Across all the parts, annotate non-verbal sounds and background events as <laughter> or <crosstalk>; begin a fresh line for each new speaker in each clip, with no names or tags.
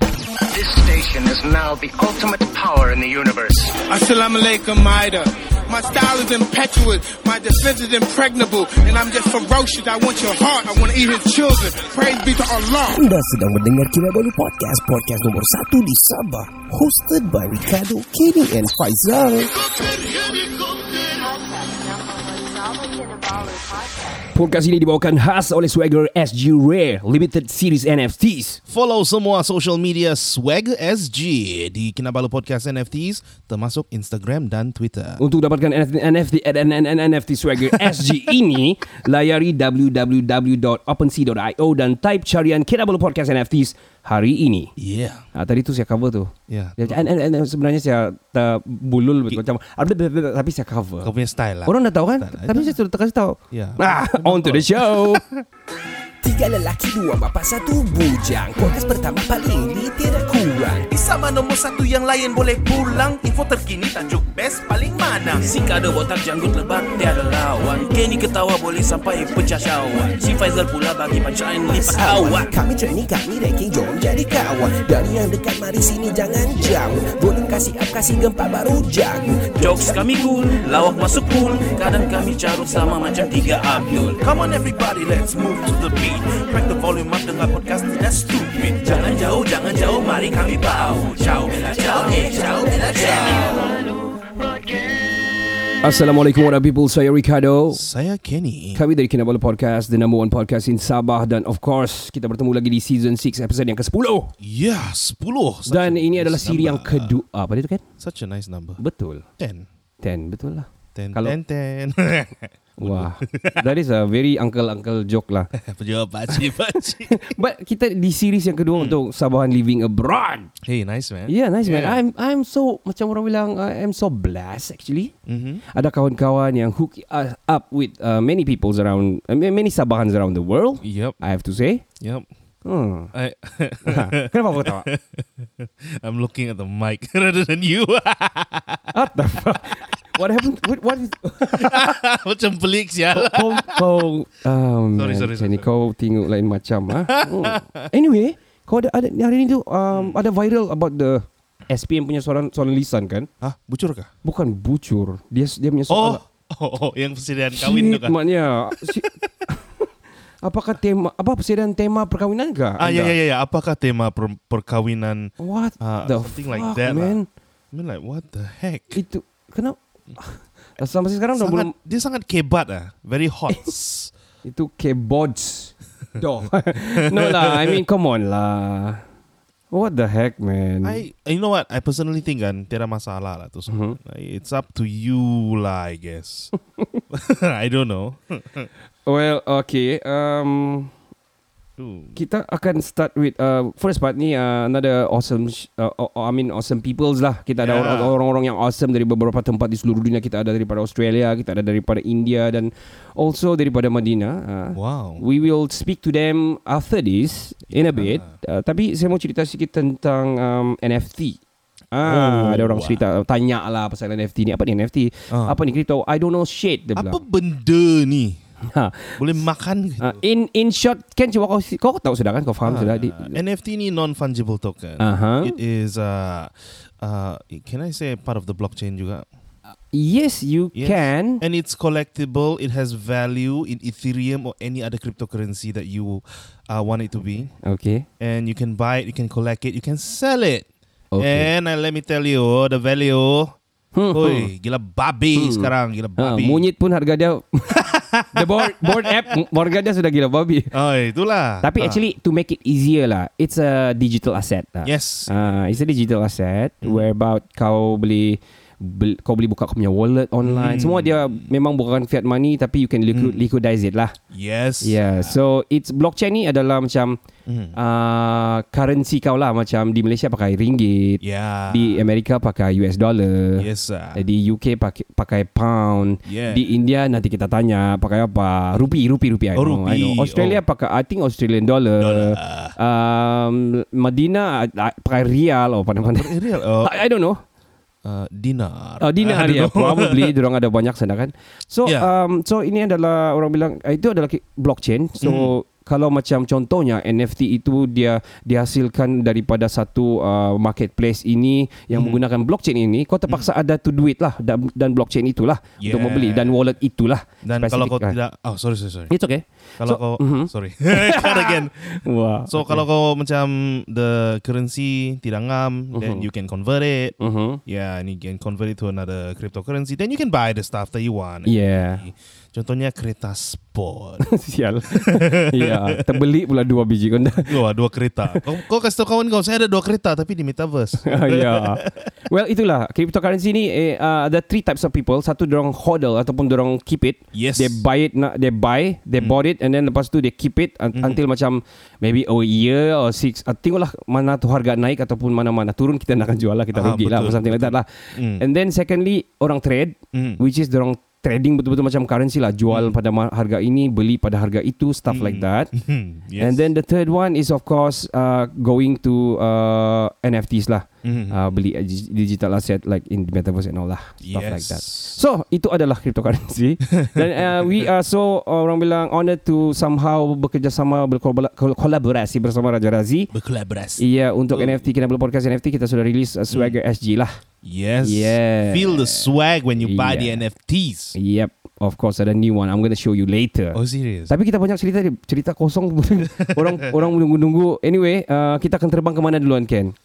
This station is now the ultimate power in the universe.
Assalamu alaikum, Maida. My style is impetuous, my defense is impregnable, and I'm just ferocious. I want your heart, I want to eat his children. Praise be to Allah.
Anda sedang mendengar Kinabalu Podcast, podcast nomor 1 di Sabah. Hosted by Ricardo, Kenny and Faizal.
Podcast ini dibawakan khas oleh Swagger SG Rare Limited Series NFTs.
Follow semua social media Swag SG di Kinabalu Podcast NFTs termasuk Instagram dan Twitter.
Untuk dapatkan NFT NFT N- N- N- NFT Swagger <laughs> SG ini, layari www.opensea.io dan type carian Kinabalu Podcast NFTs hari ini.
Yeah.
Ah, tadi tu saya cover tu.
Ya.
Dia macam, "An- an- an," sebenarnya saya tak bulul betul macam ah, ada tapi saya cover.
Kau punya style lah.
Orang dah tahu kan? Tapi saya sudah terkasih tahu.
Ya.
<laughs> Ah, on to the show.
Tiga lelaki, dua bapa, satu bujang. Podcast pertama paling ini tidak kurang.
Sama nombor satu yang lain boleh pulang Info terkini tajuk best paling mana Si kada botak janggut lebat tiada lawan Kenny ketawa boleh sampai pecah syawak Si Faizal pula bagi pancaan lipat
Awak
awak
kami training kami ranking Jom jadi kawan Dari yang dekat mari sini jangan jauh Volume kasih up kasih gempa baru jago
Jokes kami cool, lawak masuk cool Kadang kami carut sama macam tiga Abdul Come on everybody, let's move to the beat Crack the volume up dengan podcast tidak stupid Jangan jauh, jangan jauh, mari kami bau Ciao, bella, ciao, eh, ciao, bella, ciao
Assalamualaikum warahmatullahi people. Saya Ricardo.
Saya Kenny.
Kami dari Kinabalu Podcast, the number one podcast in Sabah dan of course kita bertemu lagi di season 6 episode yang ke-10.
Yeah, 10. Such
Dan
a
ini adalah
nice
siri yang
number.
kedua. Apa dia tu kan?
Such a nice number.
Betul.
10.
10 betul lah.
10, <laughs>
Kalau-
10, 10.
Wah, that is a very uncle-uncle joke lah.
Penjawab pakcik-pakcik.
<laughs> But kita di series yang kedua untuk Sabahan Living Abroad.
hey, nice man.
Hmm. Yeah, nice man. I'm I'm so macam orang bilang uh, I'm so blessed actually. Mm-hmm. Ada kawan-kawan yang hook us up with uh, many peoples around uh, many Sabahans around the world.
Yep,
I have to say.
yep.
Hmm.
I,
Kenapa kau ketawa?
<laughs> I'm looking at the mic <laughs> rather than you.
What the fuck? What happened? What, what is
Macam pelik sial.
kau kau um,
Sorry, sorry,
Kenny,
sorry.
kau tengok lain macam ah. Hmm. Anyway, kau ada, ada hari ni tu um,
Hmm.
ada viral about the SPM punya soalan soalan lisan kan?
Ah, bucur kah?
Bukan bucur. Dia dia punya
Oh,
soalan.
<laughs> oh, oh, yang persediaan kahwin tu kan?
Shit, <laughs>
kah?
maknya. Si- Apakah tema apa persediaan tema perkahwinan kah?
Ah, ya,
Anda?
ya, ya, ya. Apakah tema per- perkawinan?
What
Ah,
the
something
fuck,
like that lah.
man?
I mean like, what the heck?
Itu kenapa sampai sekarang dah Iya, belum
Sangat, dia sangat kebat ah. Very
<laughs>
hot.
Itu keyboards. Doh. <laughs> no lah, I mean come on lah. What the heck man?
I, you know what? I personally think kan, tiada masalah lah tu
Hmm.
semua. Like, It's up to you lah, I
<laughs>
guess. <laughs> I don't know.
Well, okay. Um
Ooh.
kita akan start with uh, first part ni uh, another awesome sh- uh, uh, I mean awesome peoples lah. Kita ada
Yeah.
orang- orang-orang yang awesome dari beberapa tempat di seluruh dunia. Kita ada daripada Australia, kita ada daripada India dan also daripada Madinah. Uh,
Wow.
We will speak to them after this in a bit. Uh, tapi saya mau cerita sikit tentang um, NFT. Ah,
Oh.
ada orang cerita tanya lah pasal NFT ni. Apa ni NFT?
Ah.
Apa ni crypto? I don't know shit dia
Apa
bilang. <laughs>
benda ni?
Ha.
Boleh makan ke?
Ah, in in short, kan cuba kau kau tahu sudah kan? Kau faham sudah di.
Uh, NFT ni non fungible token.
Aha.
It is uh, uh, can I say part of the blockchain juga?
Yes, you
Yes.
can.
And it's collectible. It has value in Ethereum or any other cryptocurrency that you uh, want it to be.
Okay.
And you can buy it. You can collect it. You can sell it.
Okay.
And uh, let me tell you, oh, the value. Oi, gila babi sekarang, gila
Ha,
babi.
Hmm. Ah, monyet pun harga
<laughs>
dia the board board app m- harga dia sudah gila babi.
Oi, itulah.
Tapi
Ah.
actually to make it easier lah, it's a digital asset lah.
yes. Hmm.
Ah, it's a digital asset whereabout kau beli bel- kau boleh buka kau punya wallet
Hmm.
online. Semua dia memang bukan fiat money tapi you can liquid, liquidize it lah.
yes.
Yeah, so it's blockchain ni adalah macam
Hmm.
uh, currency kau lah macam di Malaysia pakai ringgit,
Yeah.
di Amerika pakai US dollar.
yes. ah.
Eh, Di UK pakai pakai pound.
Yeah.
Di India nanti kita tanya pakai apa. Rupi, rupi, rupi. I
Oh,
know, I know.
rupi.
Australia
Oh.
pakai I think Australian dollar.
Dollar.
Um Madinah ah, pakai rial or pandai-pandai.
Eh, real.
<laughs>
Oh,
I, I don't know.
uh, dinar. Ah, <laughs>
Oh,
I
dinar
don't
ya.
know.
Probably diorang ada banyak sana kan. So
Yeah.
uh,
Mm-hmm.
um so ini adalah orang bilang ah, itu adalah ki- blockchain. So kalau macam contohnya NFT itu dia dihasilkan daripada satu uh, marketplace ini
Mm-hmm.
yang hmm. menggunakan blockchain ini kau terpaksa hmm. ada tu duit lah dan, dan blockchain itulah yeah.
Yeah.
untuk membeli dan wallet itulah
Dan kalau kau
Spesifik, ah.
tidak Oh sorry sorry sorry
It's okay.
Kalau
so-
kau
Mhm.
Sorry <laughs> Cut again
Wah.
So kalau kau macam The currency Tidak ngam Then
Uh-huh.
you can convert it
Mhm.
Yeah And you can convert it to another Cryptocurrency Then you can buy the stuff That you want <laughs>
Yeah. <laughs>
Contohnya kereta sport <laughs>
Sial. ya, terbeli pula dua
<laughs>
biji kau.
Dua, dua kereta kau, kau kasih tau kawan kau Saya ada dua kereta Tapi di metaverse
<laughs> ya. Well, itulah cryptocurrency ni eh, uh, ada three types of people. Satu dorong hodl ataupun dorong keep it.
Yes. Hmm.
They buy it, na- they buy, they bought it and then lepas tu they keep it un- until macam maybe oh, a year or six. Uh, tengoklah mana tu harga naik ataupun mana-mana turun kita nak akan jual lah kita
Ah,
rugi
betul,
lah
Hmm.
or something like that lah. And then secondly orang trade
Mm.
which is dorong trading betul-betul macam currency lah jual pada ma- harga ini beli pada harga itu stuff like
<laughs>
that.
Hmm, yes.
And then the third one is of course uh, going to uh, NFTs lah.
Mhm.
Uh, beli a dig- digital asset like in the metaverse and all lah. Stuff like
Yes.
that. So itu adalah
<laughs>
cryptocurrency. Dan uh, we are so orang bilang honored to somehow bekerjasama berkolaborasi bersama Raja Razi.
Berkolaborasi
Iya untuk NFT Kinabalu Podcast NFT kita sudah rilis uh, Swagger
Mm.
SG lah.
Yes
Yeah.
Feel the swag When you buy
Yeah.
the NFTs
Yep, of course ada new one. I'm gonna show you later.
Oh serious
Tapi kita banyak cerita cerita kosong <laughs> orang orang menunggu-nunggu. Anyway, uh, kita akan terbang ke mana duluan Ken?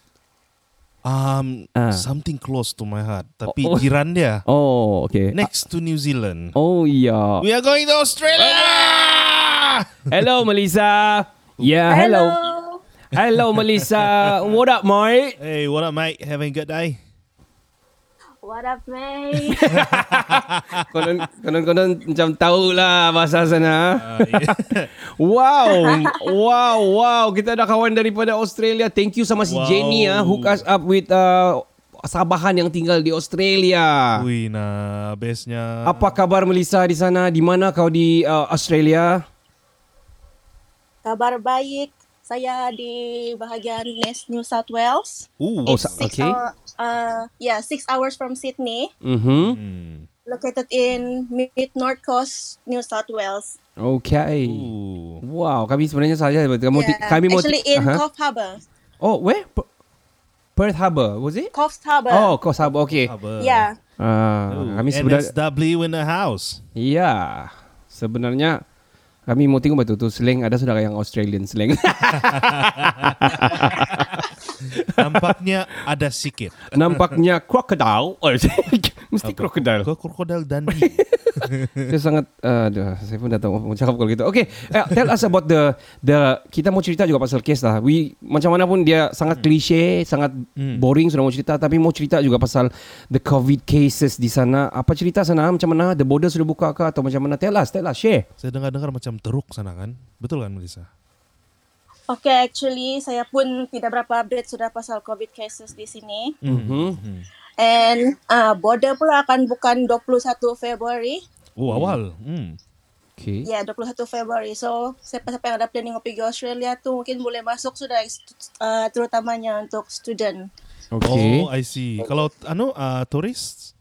Um,
Ah.
Something close to my heart Tapi
Oh, oh.
jiran
<laughs>
dia
Oh, okay.
Next to New Zealand
Oh yeah.
We are going to Australia
Hello Melissa. Yeah, hello. Hello Melissa. What up, mate?
<laughs> Hey what up mate Having a good day <laughs>
What up, mate? <laughs>
Ah, Konon konon konon macam tahu lah bahasa sana. Wow. Wow, wow. Kita ada kawan daripada Australia. Thank you sama si
Wow.
Jenny ah hook us up with uh, Sabahan yang tinggal di Australia.
Ui nah Bestnya
Apa kabar Melissa di sana? Di mana kau di uh, Australia?
Kabar baik. Saya di bahagian West New South Wales.
Ooh.
Oh, sa-
Six
okay.
hour, uh, yeah, six hours from Sydney,
Mhm.
Hmm.
located in mid North Coast, New South Wales.
Okay.
Ooh.
Wow, kami sebenarnya saja kamu
Yeah.
kami uh-huh. mau
Actually in
Aha.
Coffs Harbour.
Oh, where? Per- Perth Harbour, was it?
Coffs Harbour.
Oh, Coast Harbour. Okay.
Apa?
Yeah.
Ah,
Ooh,
kami sebenarnya
NSW in the
<laughs>
house
ya. Sebenarnya kami mau tengok betul tu slang ada sudah yang Australian
<laughs>
slang.
Nampaknya ada sikit
Nampaknya crocodile. Oh, <laughs> mesti crocodile.
Kau krokodil
<laughs>
Dundee
Saya sangat uh, aduh, saya pun dah tahu apa mau cakap kalau gitu. Okay, eh, tell us about the the kita mau cerita juga pasal case lah. We macam mana pun dia sangat klise, sangat boring sudah mau cerita tapi mau cerita juga pasal the covid cases di sana. Apa cerita sana macam mana? The border sudah buka ke atau macam mana? Tell us, tell us, share.
Saya dengar-dengar macam teruk sana kan Betul kan Melissa?
Okay, actually saya pun tidak berapa update sudah pasal COVID cases di sini.
Mhm.
And uh, border pula akan bukan 21 Februari.
Oh awal hmm.
Okay.
Ya, yeah, 21 Februari. So, siapa-siapa yang ada planning untuk pergi Australia tu mungkin boleh masuk sudah uh, terutamanya untuk student.
Okay.
Oh I see Kalau anu uh, turis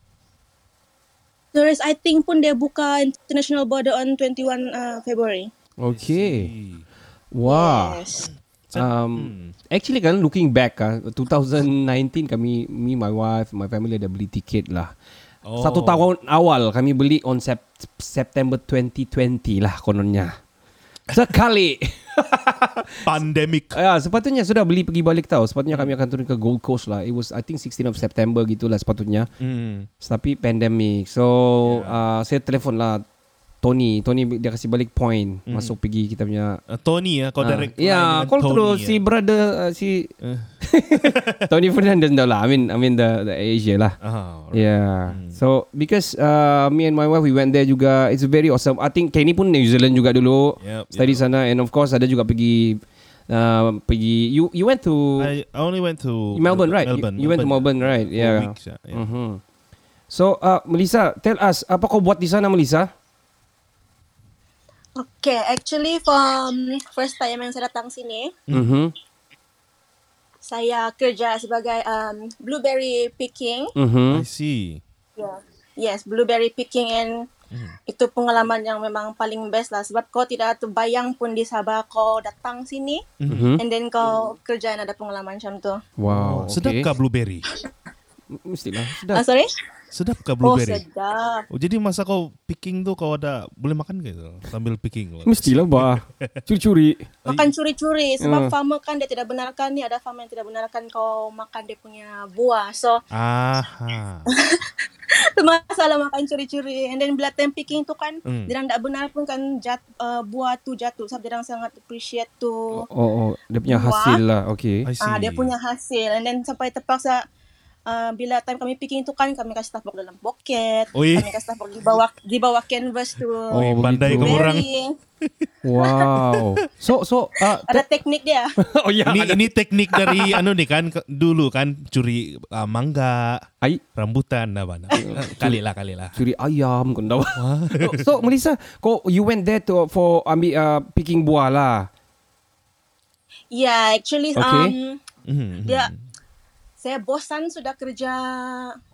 Tourist, I think pun dia buka international border on 21 uh, Februari.
Okay. Wah.
Yes.
hmm.
Um, actually kan looking back ah 2019 kami me my wife my family ada beli tiket lah.
Oh.
Satu tahun awal kami beli on sep- September 2020 lah kononnya.
<laughs>
Sekali.
Pandemic
ya, sepatutnya sudah beli pergi balik tau. Sepatutnya kami akan turun ke Gold Coast lah. It was I think 16 of September gitulah sepatutnya.
hmm.
Tapi pandemic. So uh, saya telefon lah Tony. Tony dia kasih balik point
Hmm.
masuk pergi kita punya
Uh, Tony ya, kau
Ah,
direct
Ya,
line dengan
call
Tony
terus
ya.
si brother uh, si
Eh.
<laughs> Tony Fernandez dah lah. I mean I mean the the Asia lah.
Ah, alright.
Yeah. So because uh, me and my wife we went there juga. It's very awesome. I think Kenny pun New Zealand juga dulu.
Yep,
study sana and of course ada juga pergi uh, pergi you you went to
I I only went to
Melbourne, right? You-
Melbourne.
you went to Melbourne, right?
For
Yeah.
weeks, yeah. yeah.
Mhm. So uh, Melissa, tell us apa kau buat di sana Melissa?
Okay, actually from first time yang saya datang sini,
Hmm.
Mhm.
saya kerja sebagai um, blueberry picking.
Mhm.
I see.
Ya. Yeah. Yes, blueberry picking and Itu pengalaman yang memang paling best lah sebab kau tidak terbayang pun di Sabah kau datang sini
Mhm.
and then kau kerja dan ada pengalaman macam tu.
Wow.
Sedap
Oh, okay.
kah blueberry?
Mestilah sedap.
Ah sorry?
Sedap kah
Oh
blueberry?
sedap.
Oh, jadi masa kau picking tuh kau ada boleh makan gak itu sambil picking?
Mestilah bah.
<laughs>
Curi-curi.
Makan curi-curi sebab
Hmm.
farmer kan dia tidak benarkan ni ada farmer yang tidak benarkan kau makan dia punya buah. So <laughs>
Aha.
itu masalah makan curi-curi and then bila time picking tu kan
Hmm.
dia orang tak benar pun kan jat, uh, buah tu jatuh sebab dia orang sangat appreciate tu.
Oh, oh, dia punya hasil lah. Okay.
I see.
Ah, dia punya hasil and then sampai terpaksa ah, bila time kami picking tu kan kami kasih tapok dalam poket,
Ui.
kami kasih tapok di bawah di bawah canvas tu.
Oh,
Wih, pandai
begitu.
kamu orang.
Very-
Wow.
<laughs>
So, so. ah,
Ada teknik dia.
<laughs>
<laughs>
oh ya.
Ini
ada-
ini teknik dari anu nih kan ke- dulu kan curi ah, mangga,
Ai,
rambutan apa nah. Kali lah kali lah.
curi ayam kau tahu. so, Melissa, kau you went there to for ambil uh, picking buah lah.
yeah, actually
Okay.
um
Mhm.
dia saya bosan sudah kerja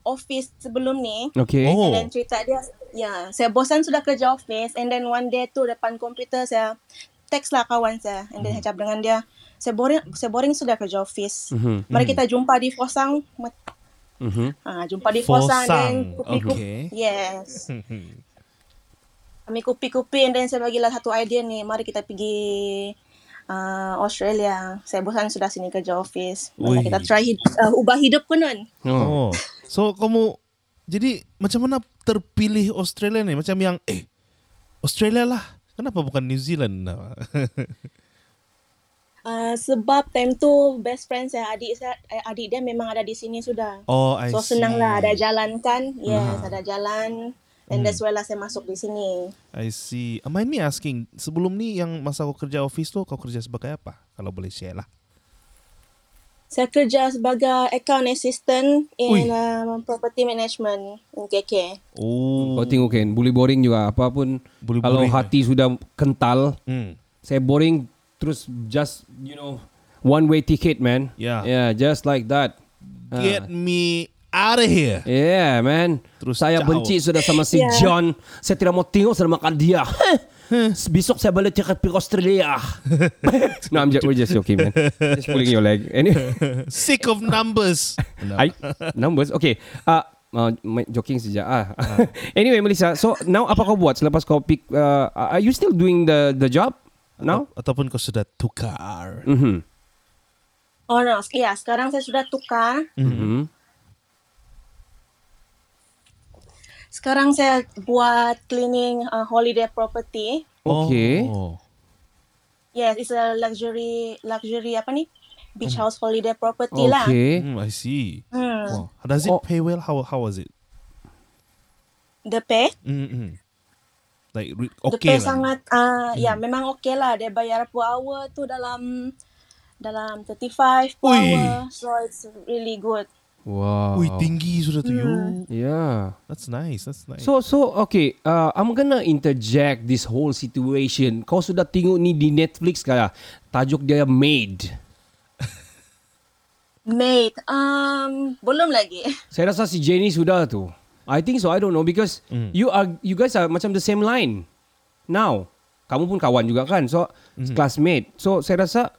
office sebelum ni.
Okay.
Oh.
And then cerita dia, ya, saya bosan sudah kerja office and then one day tu depan komputer saya text lah kawan saya and then saya cakap dengan dia, saya boring, saya boring sudah kerja office.
Mhm.
Mari kita jumpa di Fosang.
Mhm.
Ha, jumpa di Fosang, and then
Fosang, Hmm.
kupi-kupi.
okay.
<laughs>
Yes. Kami kupi-kupi and then saya bagilah satu idea ni, mari kita pergi uh, Australia. Saya bosan sudah sini kerja office. Mari
Ui.
kita try hid- uh, ubah hidup pun nun.
Oh.
Oh.
So kamu jadi macam mana terpilih Australia nih? Macam yang eh Australia lah. Kenapa bukan New Zealand? <laughs>
Uh, sebab time tu best friend saya adik saya eh, adik dia memang ada di sini sudah.
Oh, I
so
see. Hmm.
senang lah ada jalan kan? Yes, ada jalan. And that's why lah saya masuk di sini.
I see. Am I me asking, sebelum ni yang masa kau kerja office tuh kau kerja sebagai apa? Kalau boleh share lah.
Saya kerja sebagai account assistant
Ui.
in uh, property management in KK.
Oh.
Kau tengok kan, bully boring juga apa pun.
Bully
Kalau
boring,
hati sudah kental,
Hmm.
saya boring terus just you know one way ticket man.
Yeah.
Yeah, just like that.
Ya.
Ah.
Get me out of here.
Yeah, man.
Terus jauh.
saya benci sudah sama si
Yeah.
John. Saya tidak mau tengok sudah makan dia. Besok saya balik tiket pergi Australia. no, I'm just, we're just joking, man. Just pulling your leg. Anyway,
<laughs> Sick of
<laughs>
numbers.
I, numbers. Okay. Uh, uh, my- joking saja. Ah. <laughs> anyway, Melissa. So now apa kau buat selepas kau pick? Uh, are you still doing the the job now?
Ataupun kau sudah tukar.
Mm-hmm.
Oh no, ya sekarang saya sudah tukar.
Mm-hmm.
Sekarang saya buat cleaning uh, holiday property.
Okay.
Oh.
Yes, it's a luxury luxury apa nih? Beach house holiday property lah.
Okay.
Hmm, I see.
Hmm,
Wow. Does it
Oh.
pay well? How how was it?
the pay
Mm-mm. Like re-
The
okay lah. Hmm.
pay sangat ah ya memang okay lah dia bayar per hour tu dalam dalam 35 per
Ui.
hour so it's really good.
Wow.
Wih tinggi sudah tuh. you.
Yeah.
That's nice. That's nice.
Hmm. So so okay, uh, I'm gonna interject this whole situation. Kau sudah tengok ni di Netflix kah? Tajuk dia Maid.
Mate, um belum lagi. <laughs>
Saya rasa si Jenny sudah tu. I think so. I don't know because you are you guys are macam the same line now. Kamu pun kawan juga kan? So classmate. So saya rasa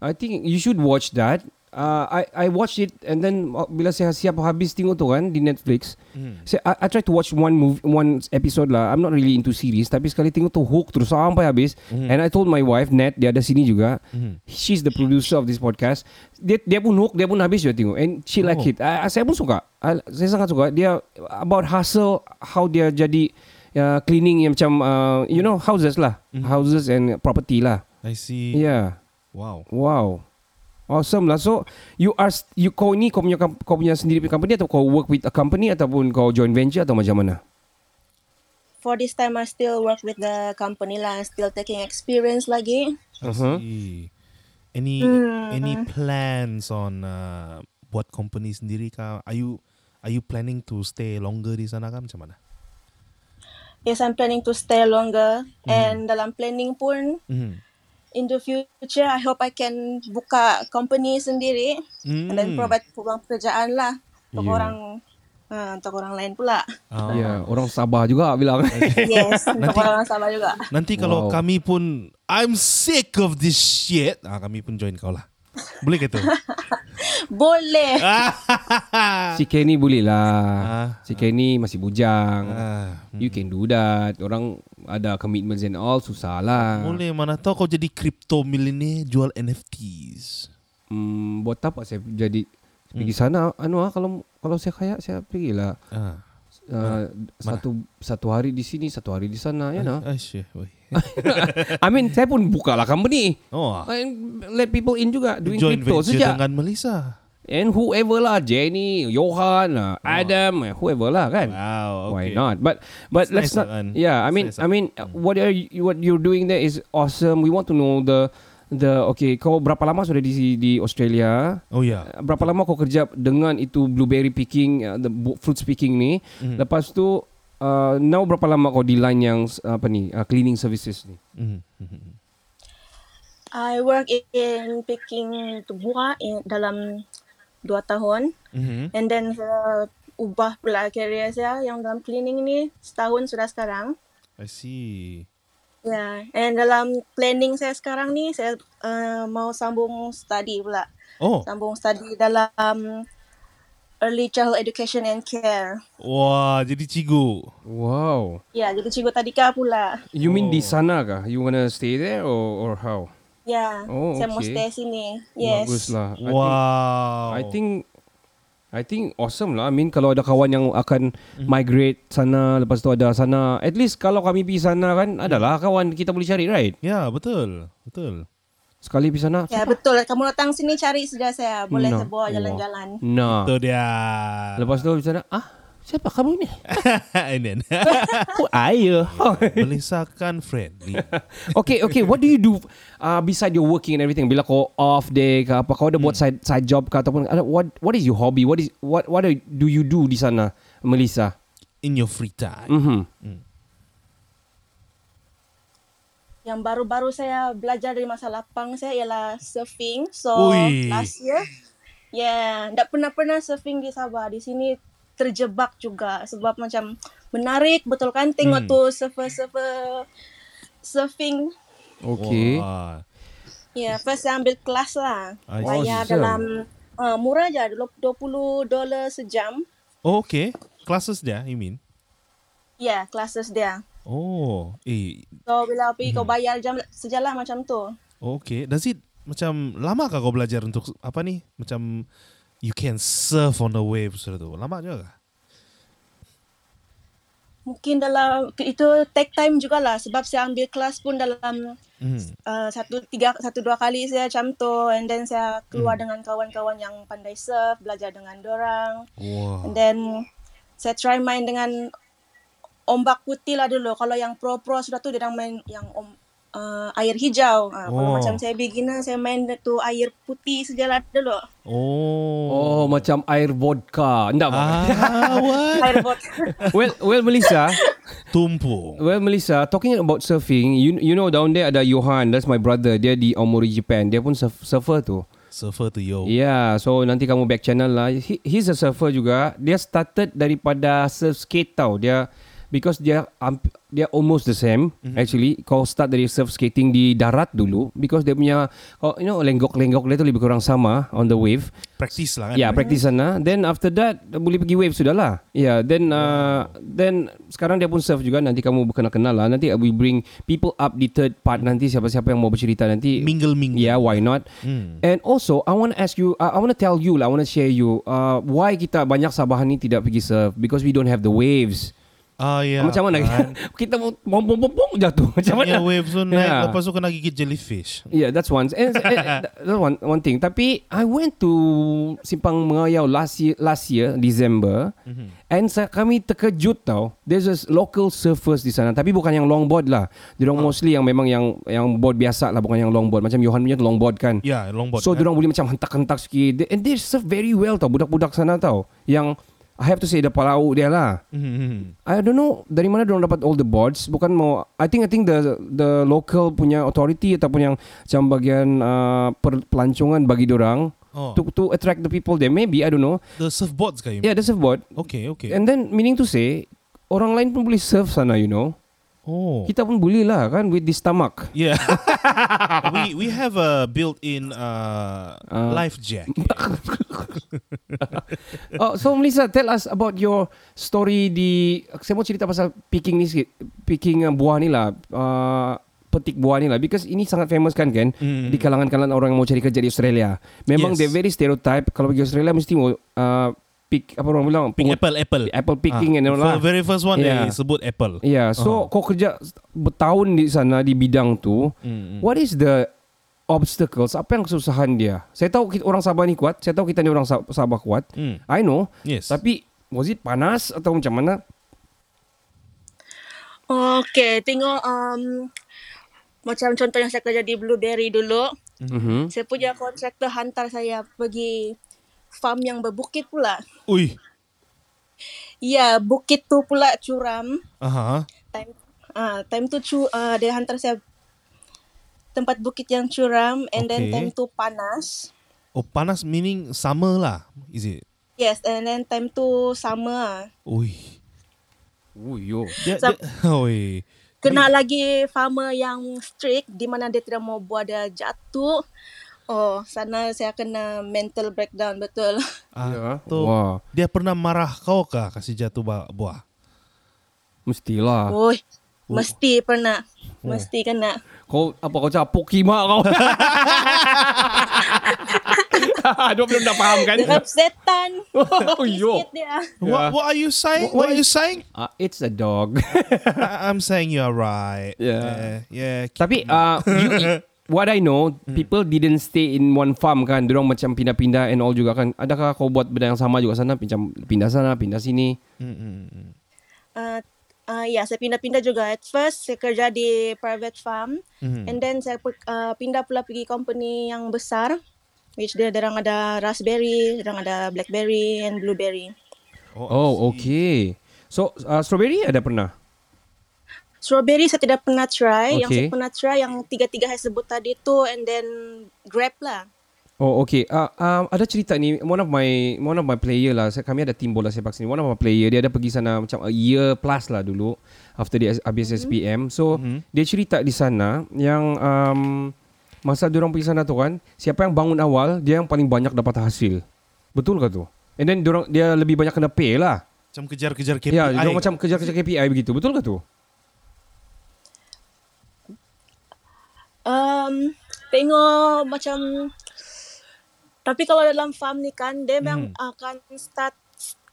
I think you should watch that. Uh, I I watched it and then uh, bila saya siap habis tengok tu kan di Netflix. Saya I, I try to watch one movie one episode lah. I'm not really into series tapi sekali tengok tu hook terus sampai habis. And I told my wife Nat dia ada sini juga. She's the producer of this podcast. Dia dia pun hook dia pun habis juga tengok and she like it. I, I- saya pun suka. I, saya sangat suka dia about hustle how dia jadi uh, cleaning yang macam uh, you know houses lah. Houses and property lah.
I see.
Yeah.
Wow.
Wow. Awesome lah. So you are s- you kau ni kau punya kam- kau punya sendiri punya company atau kau work with a company ataupun kau joint venture atau macam mana?
For this time I still work with the company lah, still taking experience lagi.
Uh-huh. Hmm.
See. Any any plans on uh, buat company sendiri kah? Are you are you planning to stay longer di sana kah? Macam mana?
Yes, I'm planning to stay longer
Mhm.
and dalam planning pun
Mm.
in the future I hope I can
Hmm.
buka company sendiri and then provide peluang pekerjaan lah untuk
Yeah.
orang Ah, untuk orang lain
<laughs>
pula.
Ah.
Ya, orang Sabah juga bilang.
Yes, untuk
Nanti-
orang Sabah juga.
Nanti kalau
Wow.
kami pun I'm sick of this shit, ah kami pun join kau lah. Boleh
<laughs>
ke tu?
Boleh.
ah,
<laughs> si Kenny boleh lah.
Ah.
Si Kenny masih bujang.
ah,
You can do that. Orang ada commitments and all susah lah.
boleh mana tahu kau jadi crypto millionaire jual NFTs.
Hmm, buat apa saya jadi
Hmm.
pergi sana anu ah kalau kalau saya kaya saya pergilah.
Ah.
Uh, satu satu hari di sini, satu hari di sana, you know. <laughs>
Ah, shit, boy.
I mean, saya pun buka lah company.
Oh. ah.
And let people in juga doing
Join
crypto
venture
sejak.
dengan Melissa.
And whoever lah, Jenny, Johan, lah, Adam, eh, whoever lah kan.
Ah. Wow,
Why
okay.
not? But but
It's
let's
nice,
not.
An.
Yeah, I
It's
mean
nice, Mm.
I mean uh, what are you, what you're doing there is awesome. We want to know the the okay. Kau berapa lama sudah di di Australia?
Oh ya.
Uh, Berapa lama kau kerja dengan itu blueberry picking, uh, the bu- fruits picking ni?
Mm-hmm.
Lepas tu uh, now berapa lama kau di line yang s- apa ni uh, cleaning services ni?
Mm.
I work in picking buah in, dalam dua tahun.
Mm-hmm.
Mhm.
And then uh, ubah pula career saya yang dalam cleaning ni setahun sudah sekarang.
I see.
Ya, yeah. and dalam planning saya sekarang ni saya uh, mau sambung study pula.
Oh,
Sambung study dalam early childhood education and care.
wah jadi cikgu.
Wow.
Ya, yeah, jadi cikgu tadika pula.
You mean
Oh.
di sana kah? You wanna stay there or or how?
Ya, yeah.
Oh,
saya mau
okay.
stay sini. Yes.
Bagus lah. I think-
Wow.
I think I think awesome lah. I mean kalau ada kawan yang akan
Mhm.
migrate sana lepas tu ada sana. At least kalau kami pergi sana kan adalah kawan kita boleh cari right?
Ya, betul. Betul.
Sekali pergi sana.
Ya, betul. Kamu datang sini cari saja saya. Boleh
No.
saya bawa
Hmm, Wah.
jalan-jalan.
Nah.
Betul dia.
Lepas tu pergi sana ah siapa kamu
<laughs>
ni?
<laughs> And then <laughs>
Who are you?
Melissa kan friendly.
okay, okay. What do you do uh, beside your working and everything? Bila kau off day ke apa, kau ada buat side side job ke ataupun ada- what what is your hobby? What is what what do you do di sana, Melissa?
In your free time.
Mhm.
Yang baru-baru saya belajar dari masa lapang saya ialah surfing. So
Ui.
last year, yeah, tak pernah-pernah surfing di Sabah. Di sini terjebak juga sebab macam menarik betul kan tengok
Hmm.
tu surfer-surfer surfing.
Okay.
Wah.
Ya, yeah, first saya ambil kelas lah.
I
Bayar
see.
dalam uh, murah je, 20 dolar sejam.
Oh, okay. Classes dia, you mean?
Ya, yeah, classes dia.
Oh, eh,
So bila pergi
Hmm.
kau bayar jam sejalah macam tu.
oh, okay. Does it macam lama kah kau belajar untuk apa ni? Macam you can surf on the waves sudah tu. Lama juga kah?
Mungkin dalam itu take time jugalah sebab saya ambil kelas pun dalam
Mm.
Hmm.
uh, satu tiga satu dua kali saya macam tu and then saya keluar
Hmm.
dengan kawan-kawan yang pandai surf belajar dengan dorang
Wah.
and then saya try main dengan ombak putih lah dulu kalau yang pro-pro sudah tu dia orang main yang om, uh, air hijau Ah, kalau
Oh.
macam saya beginner saya main tu air putih sejalah dulu
Oh.
Oh, macam air vodka. Enggak apa.
Ah, what?
air bot <laughs>
<laughs> well, well, Melissa.
Tumpung.
Well, Melissa, talking about surfing, you you know down there ada Johan, that's my brother. Dia di Omori, Japan. Dia pun surf, surfer tu.
Surfer tu yo.
Yeah, Ya, so nanti kamu back channel lah. He, he's a surfer juga. Dia started daripada surf skate tau. Dia because dia um, dia almost the same mm-hmm. actually. Kau start dari surf skating di darat dulu because dia punya oh, you know lenggok-lenggok dia tu lebih kurang sama on the wave.
Practice lah kan.
Ya, yeah, practice sana. Then after that boleh pergi wave sudahlah. Ya, yeah, then uh, then sekarang dia pun surf juga nanti kamu berkenal kenal lah. Nanti we bring people up di third part nanti siapa-siapa yang mau bercerita nanti.
Mingle mingle.
Yeah, why not?
Hmm.
And also I want to ask you I, I want to tell you lah, I want to share you uh, why kita banyak Sabahan ni tidak pergi surf because we don't have the waves.
Ah, ya.
Macam mana <laughs>
kan?
kita mau bom bom bom bom jatuh macam
Punya
mana? Ya.
waves tu naik
Yeah.
lepas tu kena gigit jellyfish.
Yeah, that's one. Eh, And,
<laughs>
and that's one one thing. Tapi I went to Simpang Mengayau last year, last year December, mm-hmm. and sa- kami terkejut tau. There's a local surfers di sana. Tapi bukan yang longboard lah.
Ah.
Dia orang mostly yang memang yang yang board biasa lah, bukan yang longboard. Macam Johan punya tu longboard kan.
Ya, yeah, longboard.
So
kan?
diorang boleh macam hentak-hentak sikit They- And they surf very well tau Budak-budak sana tau Yang I have to say the palau dia lah.
Mm-hmm.
I don't know dari mana diorang dapat all the boards. Bukan mau I think I think the the local punya authority ataupun yang macam bagian uh, per- pelancongan bagi diorang
Oh.
to to attract the people there. Maybe I don't know.
The surfboards kayu.
Yeah, there's a board.
Okay, okay.
Ya. And then meaning to say orang lain pun boleh surf sana, you know.
oh.
Kita pun boleh lah kan with this stomach. <laughs>
Yeah. we we have a built-in uh, life jacket.
<laughs> Oh, so Melissa, tell us about your story di saya mau cerita pasal picking ni sikit. Picking uh, buah ni lah. Uh, petik buah ni lah because ini sangat famous kan kan
Mm.
di kalangan-kalangan orang yang mau cari kerja di Australia. Memang
Yes.
they very stereotype kalau pergi Australia mesti mau uh, pick apa orang bilang
Pink
pungut-
apple, apple. Ah,
apple picking and all
For
lah.
the very first one, eh,
Yeah.
they sebut apple.
Yeah, Ya, so kau kerja bertahun di sana di bidang tu.
Mm, mm.
What is the obstacles? Apa yang kesusahan dia? Saya tahu kita, orang Sabah ni kuat. Saya tahu kita ni orang Sa- Sabah kuat.
Mm.
I know.
Yes.
Tapi was it panas atau macam mana?
Okay, tengok um, macam contoh yang saya kerja di Blueberry dulu.
Mhm.
Saya punya kontraktor hantar saya pergi farm yang berbukit pula.
Ui.
Ya, bukit tu pula curam.
Aha.
Time ah time tu cu, uh, dia hantar saya tempat bukit yang curam and then
Okay.
time tu panas.
Oh, panas meaning summer lah. Is it?
Yes, and then time tu sama.
Ui.
Oh yo.
Dia,
Sam-
dia, <laughs> oi.
Kena lagi farmer yang strict di mana dia tidak mau buat dia jatuh. Oh, sana saya kena mental breakdown betul.
Ah,
Ya.
tu.
Wah.
Dia pernah marah kau kah kasih jatuh ba- buah?
Mestilah.
Oi, mesti pernah. Mesti kena.
Kau apa kau capok kima <laughs> kau. Aduh belum dah faham
<laughs>
kan?
Dia setan.
Oh, yo.
Sikit dia. ah.
What, what are you saying? Ya. What, are you saying?
Ah, it's a dog. <laughs>
I, I'm saying you are right.
Yeah.
Uh, yeah. <laughs>
Tapi uh, you, what I know, people didn't stay in one farm kan. Diorang macam pindah-pindah and all juga kan. Adakah kau buat benda yang sama juga sana? Macam pindah sana, pindah sini.
Uh, uh, ya, saya pindah-pindah juga. At first, saya kerja di private farm. Mm-hmm. And then, saya per- uh, pindah pula pergi company yang besar. Which dia, derang ada raspberry, derang ada blackberry and blueberry.
Oh, okay. So, uh, strawberry ada pernah?
Strawberry saya tidak pernah try. Yang saya
Okay.
pernah try, yang tiga-tiga saya sebut tadi tu. And then, grape lah.
Oh okay. Uh, um, ada cerita ni one of my one of my player lah. Saya- Kami ada tim bola sepak sini. One of my player dia ada pergi sana macam a year plus lah dulu after dia habis SPM. So dia cerita di sana yang um, masa dia orang pergi sana tu kan, siapa yang bangun awal dia yang paling banyak dapat hasil. Betul ke tu? And then dia orang dia lebih banyak kena pay lah.
Macam kejar-kejar KPI.
Ya, dia orang macam kejar-kejar KPI begitu. Betul ke tu?
Um, tengok macam... Tapi kalau dalam farm ni kan, dia memang
Hmm.
akan start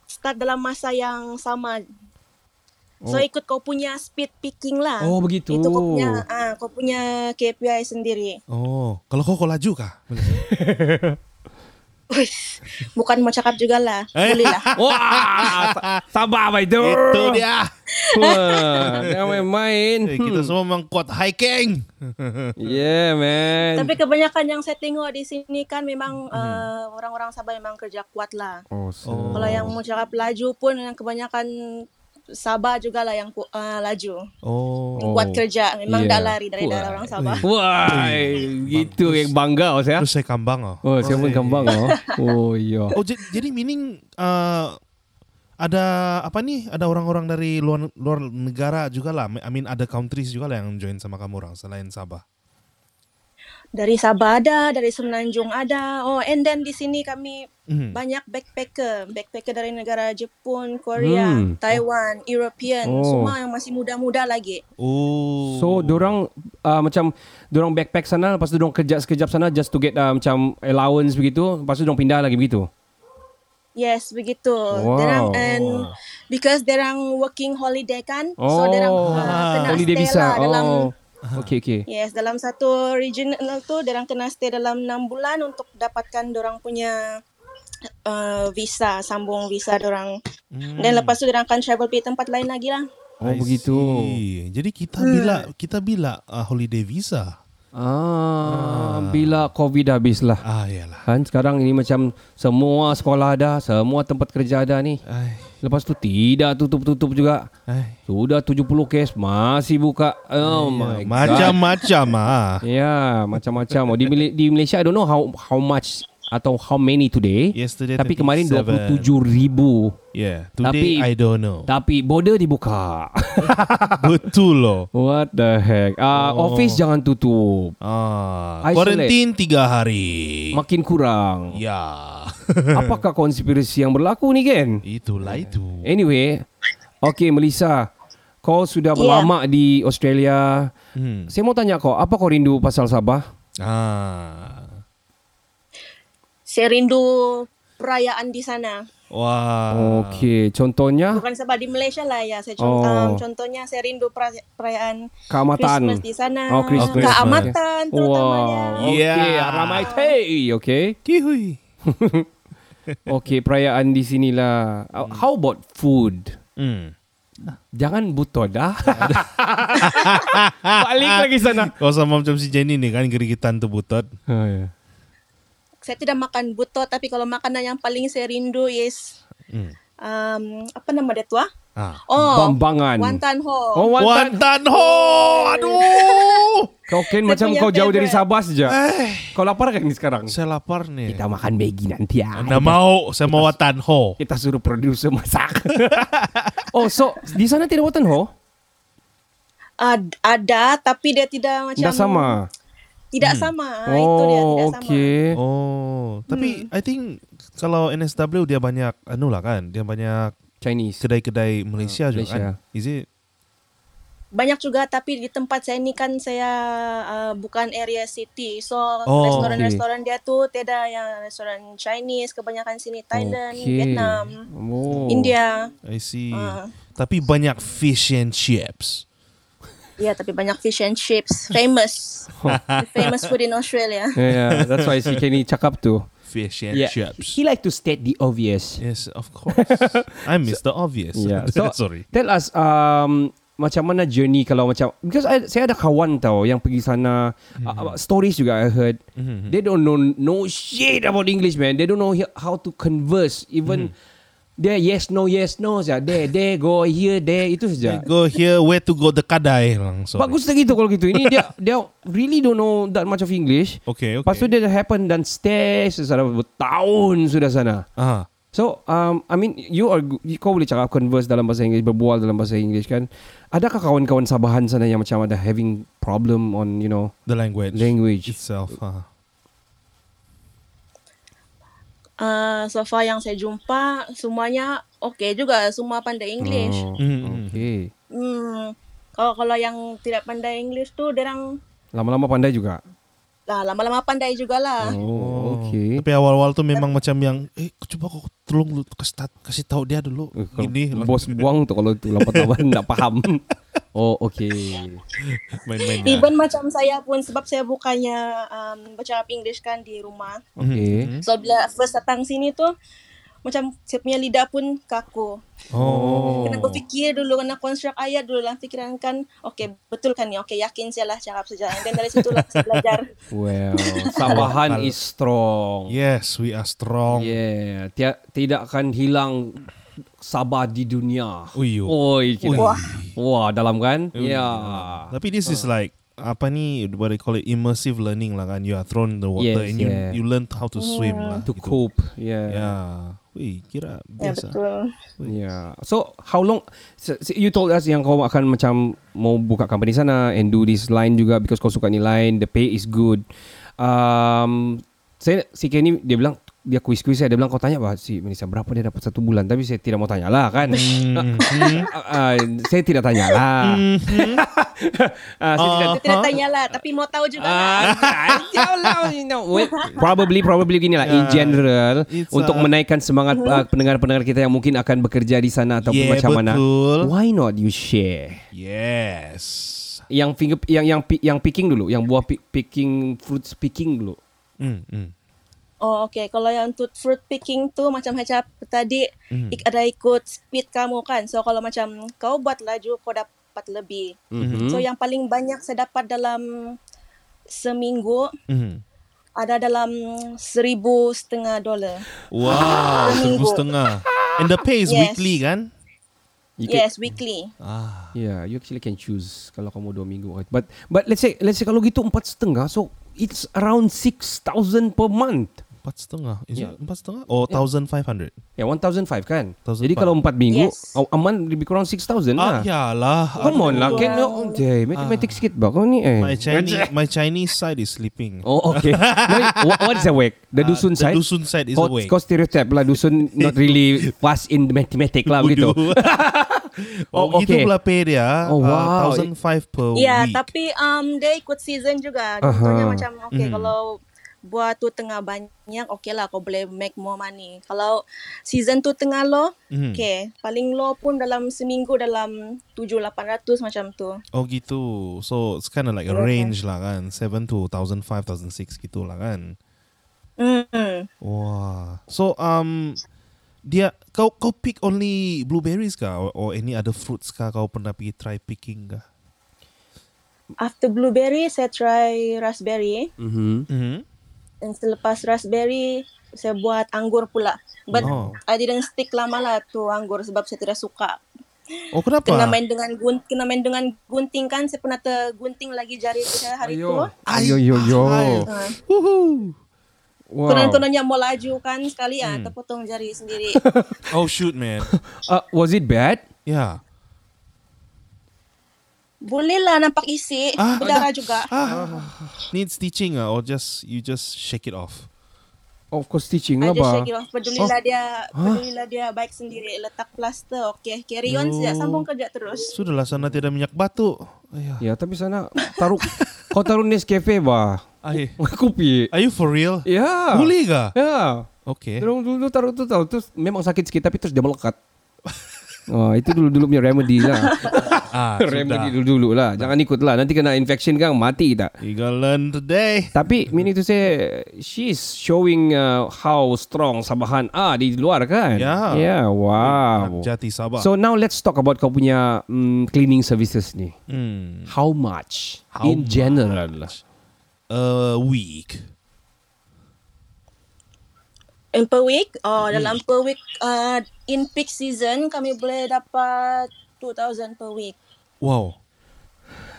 start dalam masa yang sama So
Oh.
ikut kau punya speed picking lah.
Oh, begitu.
Itu kau punya ah kau punya KPI sendiri.
Oh, kalau kau kau laju kah?
Uish, bukan mau cakap juga lah.
Eh.
Boleh lah.
<laughs> Wah, sa- sabar baik tu.
Itu <laughs>
<laughs>
dia.
Wah, jangan main-main.
Eh, kita semua memang kuat <laughs> hiking.
Yeah, man.
Tapi kebanyakan yang saya tengok di sini kan memang
Hmm.
eh, orang-orang Sabah memang kerja kuat lah.
Oh, so.
Kalau yang mau cakap laju pun yang kebanyakan Sabah juga lah yang ku- eh, laju.
Oh.
Yang kuat kerja. Memang
Yeah.
dah
lah. Hmm.
lari dari daerah orang Sabah.
<laughs> Wah, gitu yang bangga oh saya.
Terus saya kambang oh.
Oh, saya pun kembang oh. Oh, iya.
Oh, j- jadi meaning uh, ada apa nih? Ada orang-orang dari luar luar negara juga lah. I mean ada countries juga lah yang join sama kamu orang selain Sabah.
Dari Sabah ada, dari Semenanjung ada. Oh, and then di sini kami
Mhm.
Hmm.
banyak backpacker, backpacker dari negara Jepun, Korea,
Hmm.
Taiwan, European,
Oh.
semua yang masih muda-muda lagi.
Oh.
So, dorang uh, macam dorang backpack sana, lepas tu dorang kerja sekejap sana just to get uh, macam allowance begitu, lepas tu dorang pindah lagi begitu.
Yes, begitu.
Wow.
Derang and because derang working holiday kan, so
Oh,
derang uh, kena
holiday
stay
visa.
lah dalam
Oh. Okay, okay.
yes dalam satu regional tu derang kena stay dalam enam bulan untuk dapatkan dorang punya uh, visa, sambung visa dorang.
Hmm.
Dan lepas tu dorang akan travel pergi tempat lain lagi lah.
Oh, begitu.
Iya, Jadi kita bila kita bila uh, ah, holiday visa.
Ah, bila COVID habis lah.
Ah, iyalah.
Kan sekarang ini macam semua sekolah ada, semua tempat kerja ada ni.
Ai,
Lepas tu tidak tutup-tutup juga.
ai.
Sudah 70 kes masih buka.
Ya,
Oh my god.
Macam-macam ah.
Ya, macam-macam. Oh, Di, Mala- di Malaysia I don't know how how much atau how many today.
Yesterday
tapi kemarin
27.
27 ribu.
Yeah, Ya, today
Tapi-
I don't know.
Tapi border dibuka.
<laughs> Betul loh.
What the heck? Ah,
Oh.
office jangan tutup.
Ah,
Isolate.
quarantine tiga hari.
Makin kurang.
ya,
Apakah konspirasi yang berlaku ni
<laughs>
Ken?
itulah
Eh.
itu.
Anyway, okay Melissa, kau
Yeah.
sudah berlama di Australia.
Hmm.
Saya mau tanya kau, apa kau rindu pasal Sabah?
Ah,
Saya rindu perayaan di sana.
wah.
Okey, contohnya
Bukan sebab di Malaysia lah ya. Saya
Oh.
contoh, um, contohnya saya rindu pera- perayaan
keamatan.
Christmas di sana.
Oh, Christmas.
Keamatan ya. terutamanya.
Wow.
terutamanya.
Yeah. Okay,
Yeah.
ramai teh. Okay.
Kihui.
Okay, perayaan di sinilah. Uh, How about food?
Hmm.
Jangan buto dah. Balik lagi sana.
Kau sama macam si Jenny nih kan gerigitan tuh butot.
Oh, yeah.
Saya tidak makan buto tapi kalau makanan yang paling saya rindu is
Hmm.
um, apa nama dia tu ah?
Ah.
Oh,
Bambangan.
Wantan Ho.
Oh, wantan.
Wantan ho, aduh.
Kau kan
Saya
macam
punya
kau jauh dari
favourite.
Sabah saja. Kau lapar kan ni sekarang?
Saya lapar nih.
Kita makan Maggi nanti ya.
Hmm. Anda mau, saya mau watan ho.
Kita suruh produser masak. <laughs> oh, so di sana tidak watan ho?
Ad- ada tapi dia tidak macam
Tidak sama.
Tidak sama. Ah,
oh,
itu dia tidak sama.
okay.
Oh, tapi I think kalau NSW dia banyak anu lah kan, dia banyak
Chinese.
kedai-kedai Malaysia juga
Ah, Malaysia.
kan. Is it?
Banyak juga tapi di tempat saya ni kan saya uh, bukan area city. So
Oh,
restoran-restoran dia tu tiada yang restoran Chinese, kebanyakan sini Thailand, Vietnam,
Oh.
India.
I see.
Ah.
Tapi banyak fish and chips.
Ya, tapi banyak fish and chips. Famous. <laughs> famous food in Australia.
Oh. <laughs> Yeah, yeah, that's why si Kenny cakap tu.
Fish and chips.
like to state the obvious.
Yes, of course.
<laughs>
I miss the obvious. <laughs>
Yeah. So,
Sorry.
Tell us um, macam mana journey kalau macam because I, saya ada kawan tau yang pergi sana
Hmm.
uh, stories juga I heard they don't know no shit about English man they don't know he- how to converse
Hmm.
even there yes no yes no saja there there go here there itu saja
Go here, where to go the kadai langsung.
bagus lagi tu kalau gitu
<laughs>
ini dia dia really don't know that much of English
Okay, okay.
Lepas tu dia dah happen dan stay secara bertahun sudah sana.
Ah,
So, um, I mean, you are good- kau boleh cakap converse dalam bahasa Inggeris, berbual dalam bahasa Inggeris kan. Adakah kawan-kawan Sabahan sana yang macam ada having problem on, you know,
the language.
Language.
itself. Ah.
Uh, so far yang saya jumpa, semuanya okay juga. Semua pandai English.
Oh.
Mm,
Mm-hmm. okay.
Hmm. Kalau kalau yang tidak pandai English tu, derang
Lama-lama pandai juga.
lah lama-lama pandai jugalah.
Oh, okay.
Tapi awal-awal tuh memang macam yang, eh coba kau tolong lu kasih, ta- kasih tahu dia dulu.
Eh, Kalau
Ini lang-
bos buang tu kalau tu <laughs> lapan-lapan tak faham. Oh,
Mm-hmm.
okay.
main-main.
Even macam saya pun sebab saya bukannya um, bercakap English kan di rumah.
Mm-hmm.
Okay.
So bila first datang sini tu macam saya punya lidah pun kaku.
Oh.
Kena berfikir dulu, kena construct ayat dulu lah. Fikiran kan, okay betul kan ni? Okay yakin saya lah cakap saja. Dan dari situ lah saya belajar.
Well, Sabahan is strong.
Yes, we are strong.
Yeah, Tia- tidak akan hilang Sabah di dunia.
Uyu.
Oi, kita.
Ui.
Wah. Wah, dalam kan? Ya. Yeah.
Tapi this
Oh.
is like apa ni what they call it immersive learning lah kan you are thrown in the water
Yes,
and you
yeah.
you learn how to swim lah
To
gitu.
cope. Yeah. yeah.
Ya. Wih, kira
ya
biasa.
betul.
So, how long so, so you told us yang kau akan macam mau buka company sana and do this line juga because kau suka ni line, the pay is good. Um, saya si Kenny dia bilang dia kuis-kuis saya dia bilang kau tanya bah si Melissa berapa dia dapat satu bulan tapi saya tidak mau tanya lah kan Ah, <laughs> ah, saya tidak tanya lah <laughs> Ah, saya tidak
Saya tidak tanya lah, tapi mau tahu juga
Ah,
lah.
<laughs> Jauh you know. Well, probably probably gini lah in general
It's
untuk
a-
menaikkan
<laughs>
semangat uh, pendengar-pendengar kita yang mungkin akan bekerja di sana ataupun
Yeah,
macam mana.
betul.
Why not you share?
Yes.
Yang finger yang yang pi- yang picking dulu, yang buah pi- picking fruit picking dulu.
Hmm, hmm.
Oh okay, kalau yang untuk fruit picking tu macam macam tadi ik- ada ikut speed kamu kan. So kalau macam kau buat laju kau dapat lebih. So yang paling banyak saya dapat dalam seminggu
Hmm.
Mhm.
ada dalam seribu setengah dolar. <laughs>
Wow, seribu
Seminggu.
setengah. And the pay is
Yes.
weekly kan?
You can-
Yes, weekly.
Ah,
Yeah, you actually can choose kalau kamu dua minggu. right? But but let's say let's say kalau gitu empat setengah, so it's around six thousand per month.
empat setengah. Is it
Yeah.
empat setengah? Oh, thousand five hundred.
Ya, yeah, 1,005 kan?
1,005.
Jadi kalau empat minggu,
Yes.
a, a month lebih kurang 6,000
Ah,
lah.
yalah. Ah,
Come on lah, Ken. Oh, jay, matematik sikit ba kau ni eh?
My Chinese, my Chinese side is sleeping.
Oh,
<laughs>
okay. Mari, wha- what's awake? The
Ah,
dusun
the
side?
dusun side is
kau,
awake.
Kau stereotype lah, dusun not really
<laughs>
fast in mathematics lah begitu.
Bodoh.
Oh,
<laughs> oh,
okay.
okay. Itu pula pay dia. ah,
Oh, wow.
Thousand five
Ya,
per
yeah,
week.
tapi um, dia ikut season juga. Contohnya macam, okay,
Hmm.
kalau buat tu tengah banyak, okay lah kau boleh make more money. Kalau season tu tengah low,
Mhm.
okay. Paling low pun dalam seminggu dalam 7-800 macam tu.
Oh gitu. So it's kind of like a range lah kan. 7 to 1005, 1006 gitu lah kan.
Mm.
Wah. So um dia kau kau pick only blueberries kah or, or any other fruits kah kau pernah pergi try picking kah?
After blueberry, saya try raspberry.
Mhm.
Mm-hmm.
Dan selepas raspberry, saya buat anggur pula. But
Oh.
I didn't stick lama lah tu anggur sebab saya tidak suka.
Oh kenapa?
Kena main dengan gun, kena main dengan gunting kan. Saya pernah tergunting lagi jari saya hari
Ayo.
tu.
Ayo, yo, yo.
Ah.
Wow.
Tunan-tunannya mau laju kan sekali ya,
Hmm.
terpotong jari
<laughs>
sendiri.
Oh shoot <laughs> man.
Uh, was it bad?
yeah.
Boleh lah nampak isi,
Ah,
berdarah juga.
Needs teaching ah or just you just shake it off.
Of course, teaching
I
lah
just
ba.
shake it off. Pedulilah dia,
Ah.
pedulilah dia baik sendiri. Letak plaster, okay. Carry on saja,
Oh.
ya, sambung kerja terus.
Sudahlah sana tiada minyak batu. Iya. Ayah.
Ya, tapi sana taruh kau taruh Nescafe ba.
Ay.
Kopi.
Are you for real?
Ya.
Boleh kah?
Ya.
Okay.
Terus dulu taruh tu tahu terus memang sakit sikit tapi terus dia melekat. <laughs> Oh, itu dulu dulu punya remedy lah.
<laughs> Ah,
<laughs> remedy
sudah.
dulu dulu lah. Jangan ikut lah. Nanti kena infection kan mati tak.
You gonna learn today. <laughs>
Tapi meaning to say she's showing uh, how strong Sabahan ah di luar kan.
Ya.
Yeah, wow.
Jati Sabah.
So now let's talk about kau punya mm, cleaning services ni.
Hmm.
How much
How
in general?
a Eh, week.
And per week, oh dalam per week, uh, in peak season kami boleh dapat 2,000 per week.
Wow.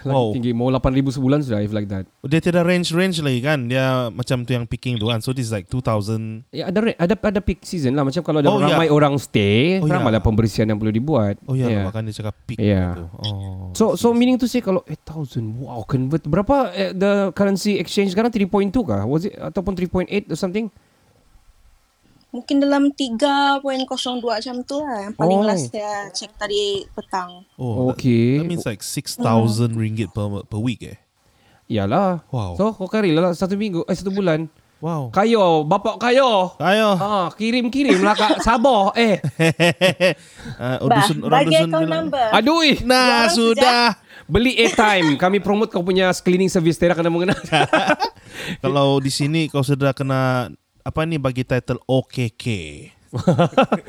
Lagi
Wow.
tinggi mau 8000 sebulan sudah if like that.
Dia tiada range-range lagi kan. Dia macam tu yang picking tu kan. So this is like 2000.
Ya ada re- ada ada peak season lah macam kalau ada
Oh, ya.
ramai orang stay,
Oh, ya.
ramai lah pembersihan yang perlu dibuat.
Oh ya, yeah.
Ya.
bahkan dia cakap pick
Yeah.
tu. Oh.
So so meaning to say kalau eh thousand wow convert berapa eh, the currency exchange sekarang 3.2 kah? Was it ataupun 3.8 or something?
Mungkin dalam 3.02 macam tu lah. Yang paling
Oh.
last saya cek tadi petang.
Oh, that-
Okay.
That, means like 6,000 ringgit per, per week eh.
Iyalah.
Wow. Oh.
So kau cari lah satu minggu eh satu bulan.
Wow.
Kayo bapak kayo.
Ayo.
Ah kirim-kirim lah kak Sabah eh.
<laughs>
Bah,
Uh, dusun, orang
bagi
dusun
account
bilang-
number.
Aduh. eh.
Orang
Nah, sudah.
Beli airtime. Kami promote kau punya cleaning service Tera kena mengena.
<laughs> Kalau di sini kau sudah kena apa ni bagi title OKK.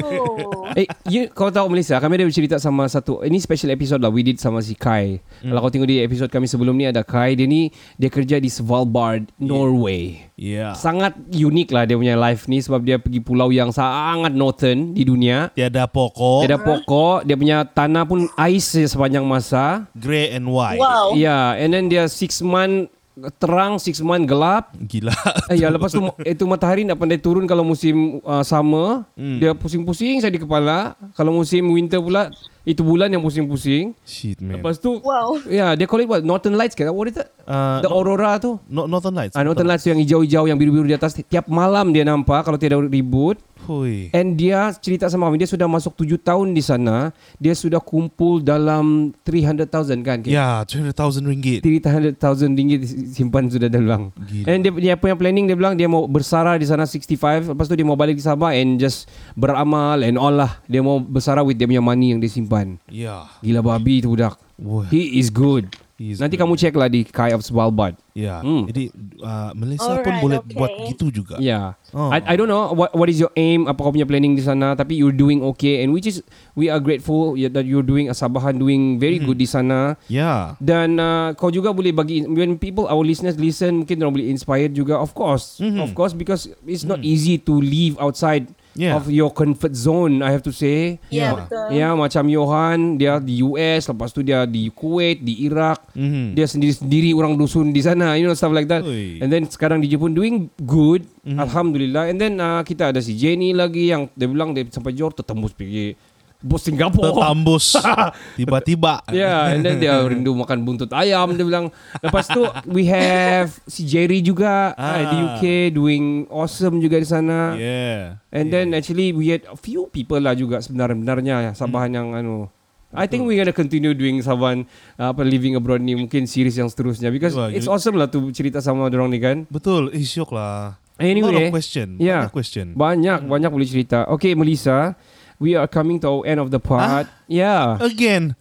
Oh.
eh, you, kau tahu Melissa, kami ada bercerita sama satu, ini special episode lah, we did sama si Kai. Kalau kau tengok di episode kami sebelum ni ada Kai, dia ni, dia kerja di Svalbard, Norway.
Yeah.
Sangat unik lah dia punya life ni sebab dia pergi pulau yang sangat northern di dunia.
Tiada pokok.
Tiada pokok, dia punya tanah pun ais je sepanjang masa.
Grey and white.
Wow.
Yeah, and then dia six month terang, six month gelap.
Gila.
Eh, ya lepas tu itu matahari nak pandai turun kalau musim uh, summer
Hmm.
dia pusing-pusing saya di kepala kalau musim winter pula itu bulan yang pusing-pusing
<laughs> Shit man.
lepas tu
Wow.
ya yeah, dia call it what northern lights kan what is that
Uh,
the aurora tu
No- Northern Lights.
ah northern lights tu yang hijau-hijau yang biru-biru di atas tiap malam dia nampak kalau tidak ribut
Hui.
and dia cerita sama kami dia sudah masuk 7 tahun di sana dia sudah kumpul dalam 300,000 kan Kay?
Ya, 200,000 ringgit.
300,000 ringgit simpan sudah dalam.
Gila.
And dia, dia punya planning dia bilang dia mau bersara di sana 65 lepas tu dia mau balik di Sabah and just beramal and all lah. Dia mau bersara with dia punya money yang dia simpan.
Ya.
Gila babi tu budak.
Wah.
He is good.
Yes,
Nanti kamu cek lah di Kai of Svalbard.
Ya.
Hmm. Ya.
Jadi uh, Malaysia pun
Alright,
boleh
okay.
buat gitu juga.
Yeah.
Oh.
I, I don't know what what is your aim, apa kau punya planning di sana, tapi you're doing okay and which is we are grateful you- that you're doing Asabahan doing very good di sana.
Ya.
Dan uh, kau juga boleh bagi when people our listeners listen mungkin orang boleh inspired juga of course
Mhm.
of course because it's not easy to live outside
Yeah.
of your comfort zone I have to say
Ya,
Ya.
betul.
Ya macam Johan dia di US lepas tu dia di Kuwait di Iraq
Mhm.
dia sendiri-sendiri orang dusun di sana you know stuff like that
Ui. Mhm.
and then sekarang di Jepun doing good alhamdulillah and then uh, kita ada si Jenny lagi yang dia bilang dia sampai Johor tertembus pergi bos Singapura <laughs>
Tertambus tiba-tiba. <laughs>
Yeah, Oh. Ya, and then dia rindu makan buntut ayam dia bilang. Lepas tu we have si Jerry juga ah. di UK doing awesome juga di sana.
Yeah.
And then actually we had a few people lah juga sebenarnya
Hmm.
Sabahan yang anu. I think we're gonna continue doing Sabahan uh, apa living abroad ni mungkin series yang seterusnya because
Wah,
it's
gila.
awesome lah tu cerita sama orang ni kan.
Betul, eh syok lah. Lot
Anyway, ya.
of question.
yeah.
Banyak question. Hmm.
Banyak banyak boleh cerita. Okay, Melissa, we are coming to our end of the part.
Ah.
Yeah,
Uh.
<laughs>
Again.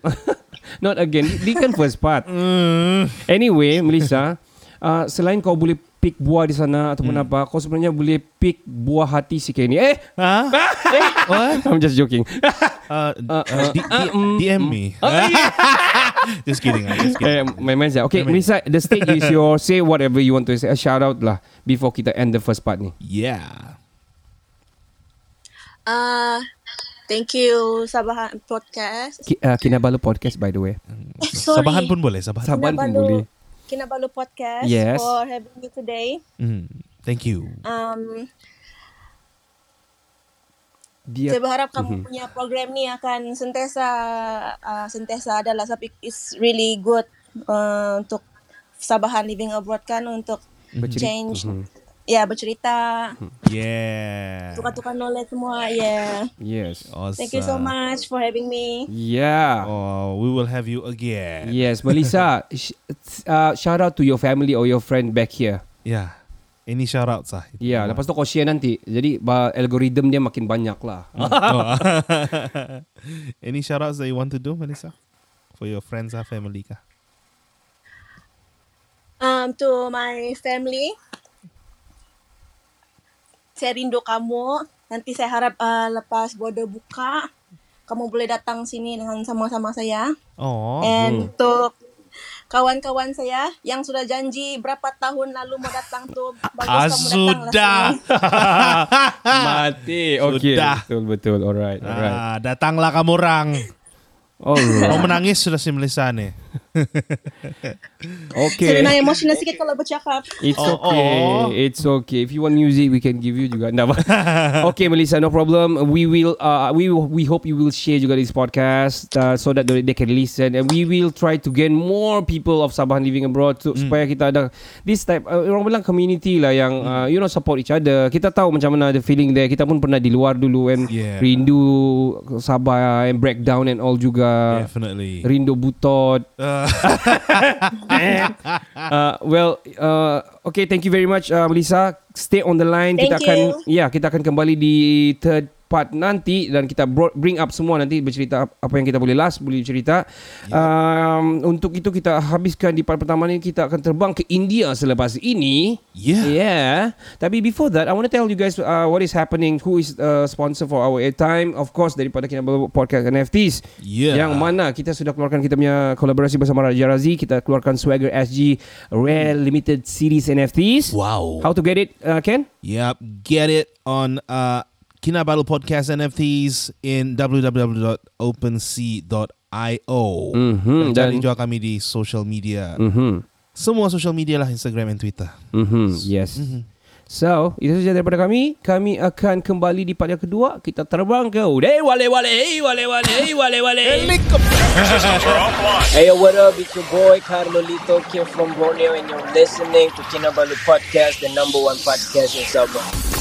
not again. Di kan first
<laughs>
part.
Hmm.
Anyway, Melissa, <laughs> uh, selain kau boleh pick buah di sana ataupun apa, kau sebenarnya boleh pick buah hati si Kenny. Eh,
Hah?
<laughs>
What?
I'm just <laughs> joking.
Uh,
Uh, uh,
D- D-
uh, mm,
DM me. <laughs> just kidding. I'm Just
eh, <laughs>
kidding.
main main saja. Okay,
Main-main.
Melissa, the stage <laughs> is yours. Say whatever you want to say. A shout out lah before kita end the first part ni.
Yeah.
Uh, thank you Sabahan Podcast.
Ki, uh, Kinabalu podcast by the way.
Eh, Sorry.
Sabahan pun boleh, Sabahan.
Sab- Sabahan pun boleh.
Kinabalu Podcast
Yes.
for having me today.
Mm. Thank you.
Um,
Dia
Saya berharap kamu
Mhm.
punya program ni akan sentiasa uh, sentiasa adalah tapi it's really good uh, untuk Sabahan Living Abroad kan untuk
Bercerita.
change
Mhm.
ya bercerita
Yeah.
tukar-tukar knowledge semua yeah
yes.
Awesome.
thank you so much for having me
Yeah.
Oh, we will have you again.
Yes, <laughs> Melissa, sh- uh, shout out to your family or your friend back here.
Yeah. Any shout outs ah?
Ya, yeah, lepas tu kau share nanti. Jadi ba- algorithm dia makin banyak lah.
<laughs> Oh. <laughs> Any shout outs that you want to do, Melissa? For your friends or family kah?
um to my family saya rindu kamu nanti saya harap uh, lepas border buka kamu boleh datang sini dengan sama-sama saya
Oh.
And untuk kawan-kawan saya yang sudah janji berapa tahun lalu mau datang tuh bagus
Ah,
kamu datang
sudah.
lah sini.
<laughs>
Mati. Okay.
Sudah.
Betul betul. Alright. Alright.
Ah, datanglah kamu orang. Mau
Alright.
menangis sudah si Melissa nih.
Okay.
Serena emosional sikit kalau bercakap.
It's
Oh,
okay.
oh.
It's okay. If you want music, we can give you juga. Nggak
<laughs>
apa. okay, Melissa, no problem. We will. Uh, we will, we hope you will share juga this podcast uh, so that they can listen, and we will try to gain more people of Sabah living abroad so,
Hmm.
supaya kita ada this type. Uh, orang bilang community lah yang
Hmm.
uh, you know support each other. Kita tahu macam mana the feeling there. Kita pun pernah di luar dulu and
Yeah.
rindu Sabah and breakdown and all juga.
<laughs> Definitely.
Rindu Butot. Uh, well, uh, okay, thank you very much, uh, Melissa. Stay on the line. kita
Thank
akan,
you.
ya, kita akan kembali di third part nanti dan kita bro- bring up semua nanti bercerita ap- apa yang kita boleh last boleh cerita. Um, untuk itu kita habiskan di part pertama ni kita akan terbang ke India selepas ini.
Yeah.
Yeah. Tapi before that, I want to tell you guys uh, what is happening. Who is uh, sponsor for our airtime? Of course, daripada Kinabalu Podcast NFTs.
Yeah.
Yang mana ah, kita sudah keluarkan kita punya kolaborasi bersama Raja Razi. Kita keluarkan Swagger SG Rare Limited Series NFTs.
Wow.
How to get it, uh, Ken?
Yep. Get it on uh, Kinabalu Podcast NFTs in www.opensea.io.
Mhm,
Dan cari
dan-
juga kami di social media.
Mm-hmm.
Semua social media lah Instagram and Twitter.
Mm-hmm. Yes. So, itu saja daripada kami. Kami akan kembali di part yang kedua. Kita terbang ke... Hey, wale, wale, hey, wale, wale, <laughs> hey, wale, wale.
Hey, yo, what up? It's your boy Carmelito Kid from Borneo, and you're listening to Kinabalu Podcast, the number one podcast in Sabah.